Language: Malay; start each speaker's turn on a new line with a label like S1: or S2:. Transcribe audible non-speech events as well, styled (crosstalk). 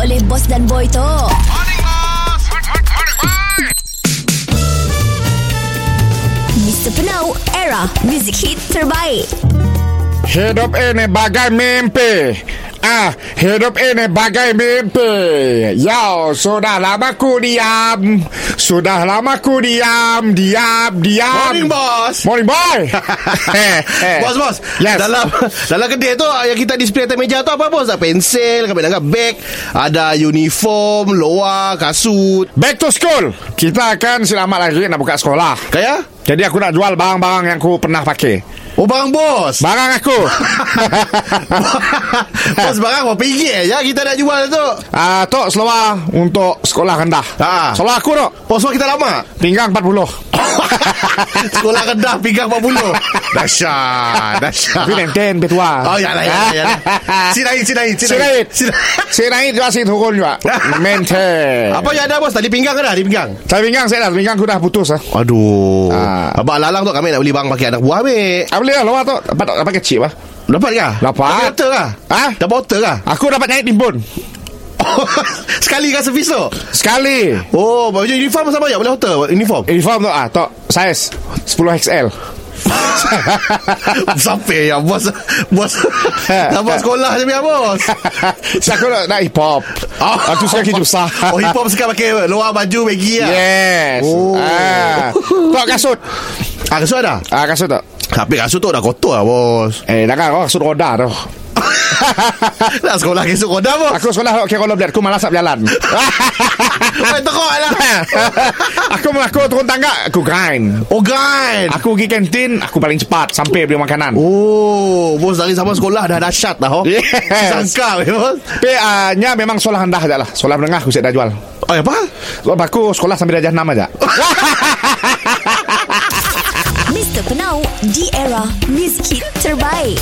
S1: oleh Boss dan Boy tu. Mr. Penau, era music hit terbaik.
S2: Hidup ini bagai mimpi Ah, hidup ini bagai mimpi Yo, sudah lama ku diam Sudah lama ku diam Diam, diam
S3: Morning, boss.
S2: Morning,
S3: (laughs)
S2: boy eh, eh.
S3: Bos bos
S2: Yes
S3: Dalam Dalam kedai tu Yang kita display atas meja tu Apa bos Ada pensel Kami langgar beg Ada uniform Loa Kasut
S2: Back to school Kita akan selamat lagi nak buka sekolah
S3: Kaya
S2: Jadi aku nak jual barang-barang yang aku pernah pakai
S3: Oh barang bos (laughs)
S2: Barang aku
S3: Bos barang Berapa ringgit ya Kita nak jual tu
S2: Ah, Tok seluar untuk sekolah rendah
S3: Ah.
S2: Seluar aku Tok
S3: Bos bos kita
S2: (laughs)
S3: lama
S2: Pinggang
S3: (laughs)
S2: 40
S3: Sekolah kedah Pinggang 40 Dahsyat Dahsyat
S2: Tapi nenten betua
S3: Oh ya lah ya lah, ya lah
S2: (laughs)
S3: Sit lain sit lain
S2: Si naik
S3: sit lain.
S2: (laughs) Si naik juga si turun
S3: (laughs)
S2: juga Mente
S3: Apa yang ada bos Tadi pinggang ke dah Di pinggang
S2: Saya pinggang saya dah Pinggang aku dah putus lah
S3: Aduh
S2: Ah.
S3: Abang lalang tu kami nak beli barang Pakai anak buah ambil
S2: Apa boleh lah luar tu Dapat tak? Dapat kecil lah
S3: Dapat kah?
S2: Dapat.
S3: Dapat water kah?
S2: Ha?
S3: Dapat water kah? (laughs)
S2: Aku dapat naik timbun
S3: Sekali kah servis tu?
S2: Sekali
S3: Oh, baju uniform sama banyak boleh water
S2: (laughs)
S3: uniform.
S2: Uniform tu ah, Tok Saiz (laughs) 10XL
S3: Sampai ya bos bos.
S2: Ha,
S3: Abang sekolah je biar
S2: (laughs)
S3: bos.
S2: So aku nak, nak hip hop
S3: Oh.
S2: Aku sekarang kita besar
S3: (laughs) Oh, hip hop sekarang pakai luar baju bagi lah.
S2: Yes
S3: Oh.
S2: ah. Tok kasut
S3: Ah, kasut ada?
S2: ah, Kasut tak
S3: Tapi kasut tu dah kotor lah bos.
S2: Eh dah kan oh, Kasut roda tu Ha.
S3: (laughs) Nak sekolah kasut koda
S2: (laughs)
S3: bos.
S2: Aku sekolah Okey roller blade Aku malas nak berjalan (laughs)
S3: Aku teruk lah.
S2: Aku melakuk turun tangga Aku grind
S3: Oh, kan.
S2: Aku pergi kantin Aku paling cepat Sampai beli makanan oh.
S3: Oh, bos dari sama sekolah dah dahsyat lah. Oh.
S2: Yes.
S3: Sangka weh, bos.
S2: Tapi uh, nya memang sekolah rendah je lah Sekolah menengah aku siap dah jual
S3: Oh, apa?
S2: Sebab aku sekolah sampai darjah 6 aja
S1: Mr. Penau, di era music hit terbaik.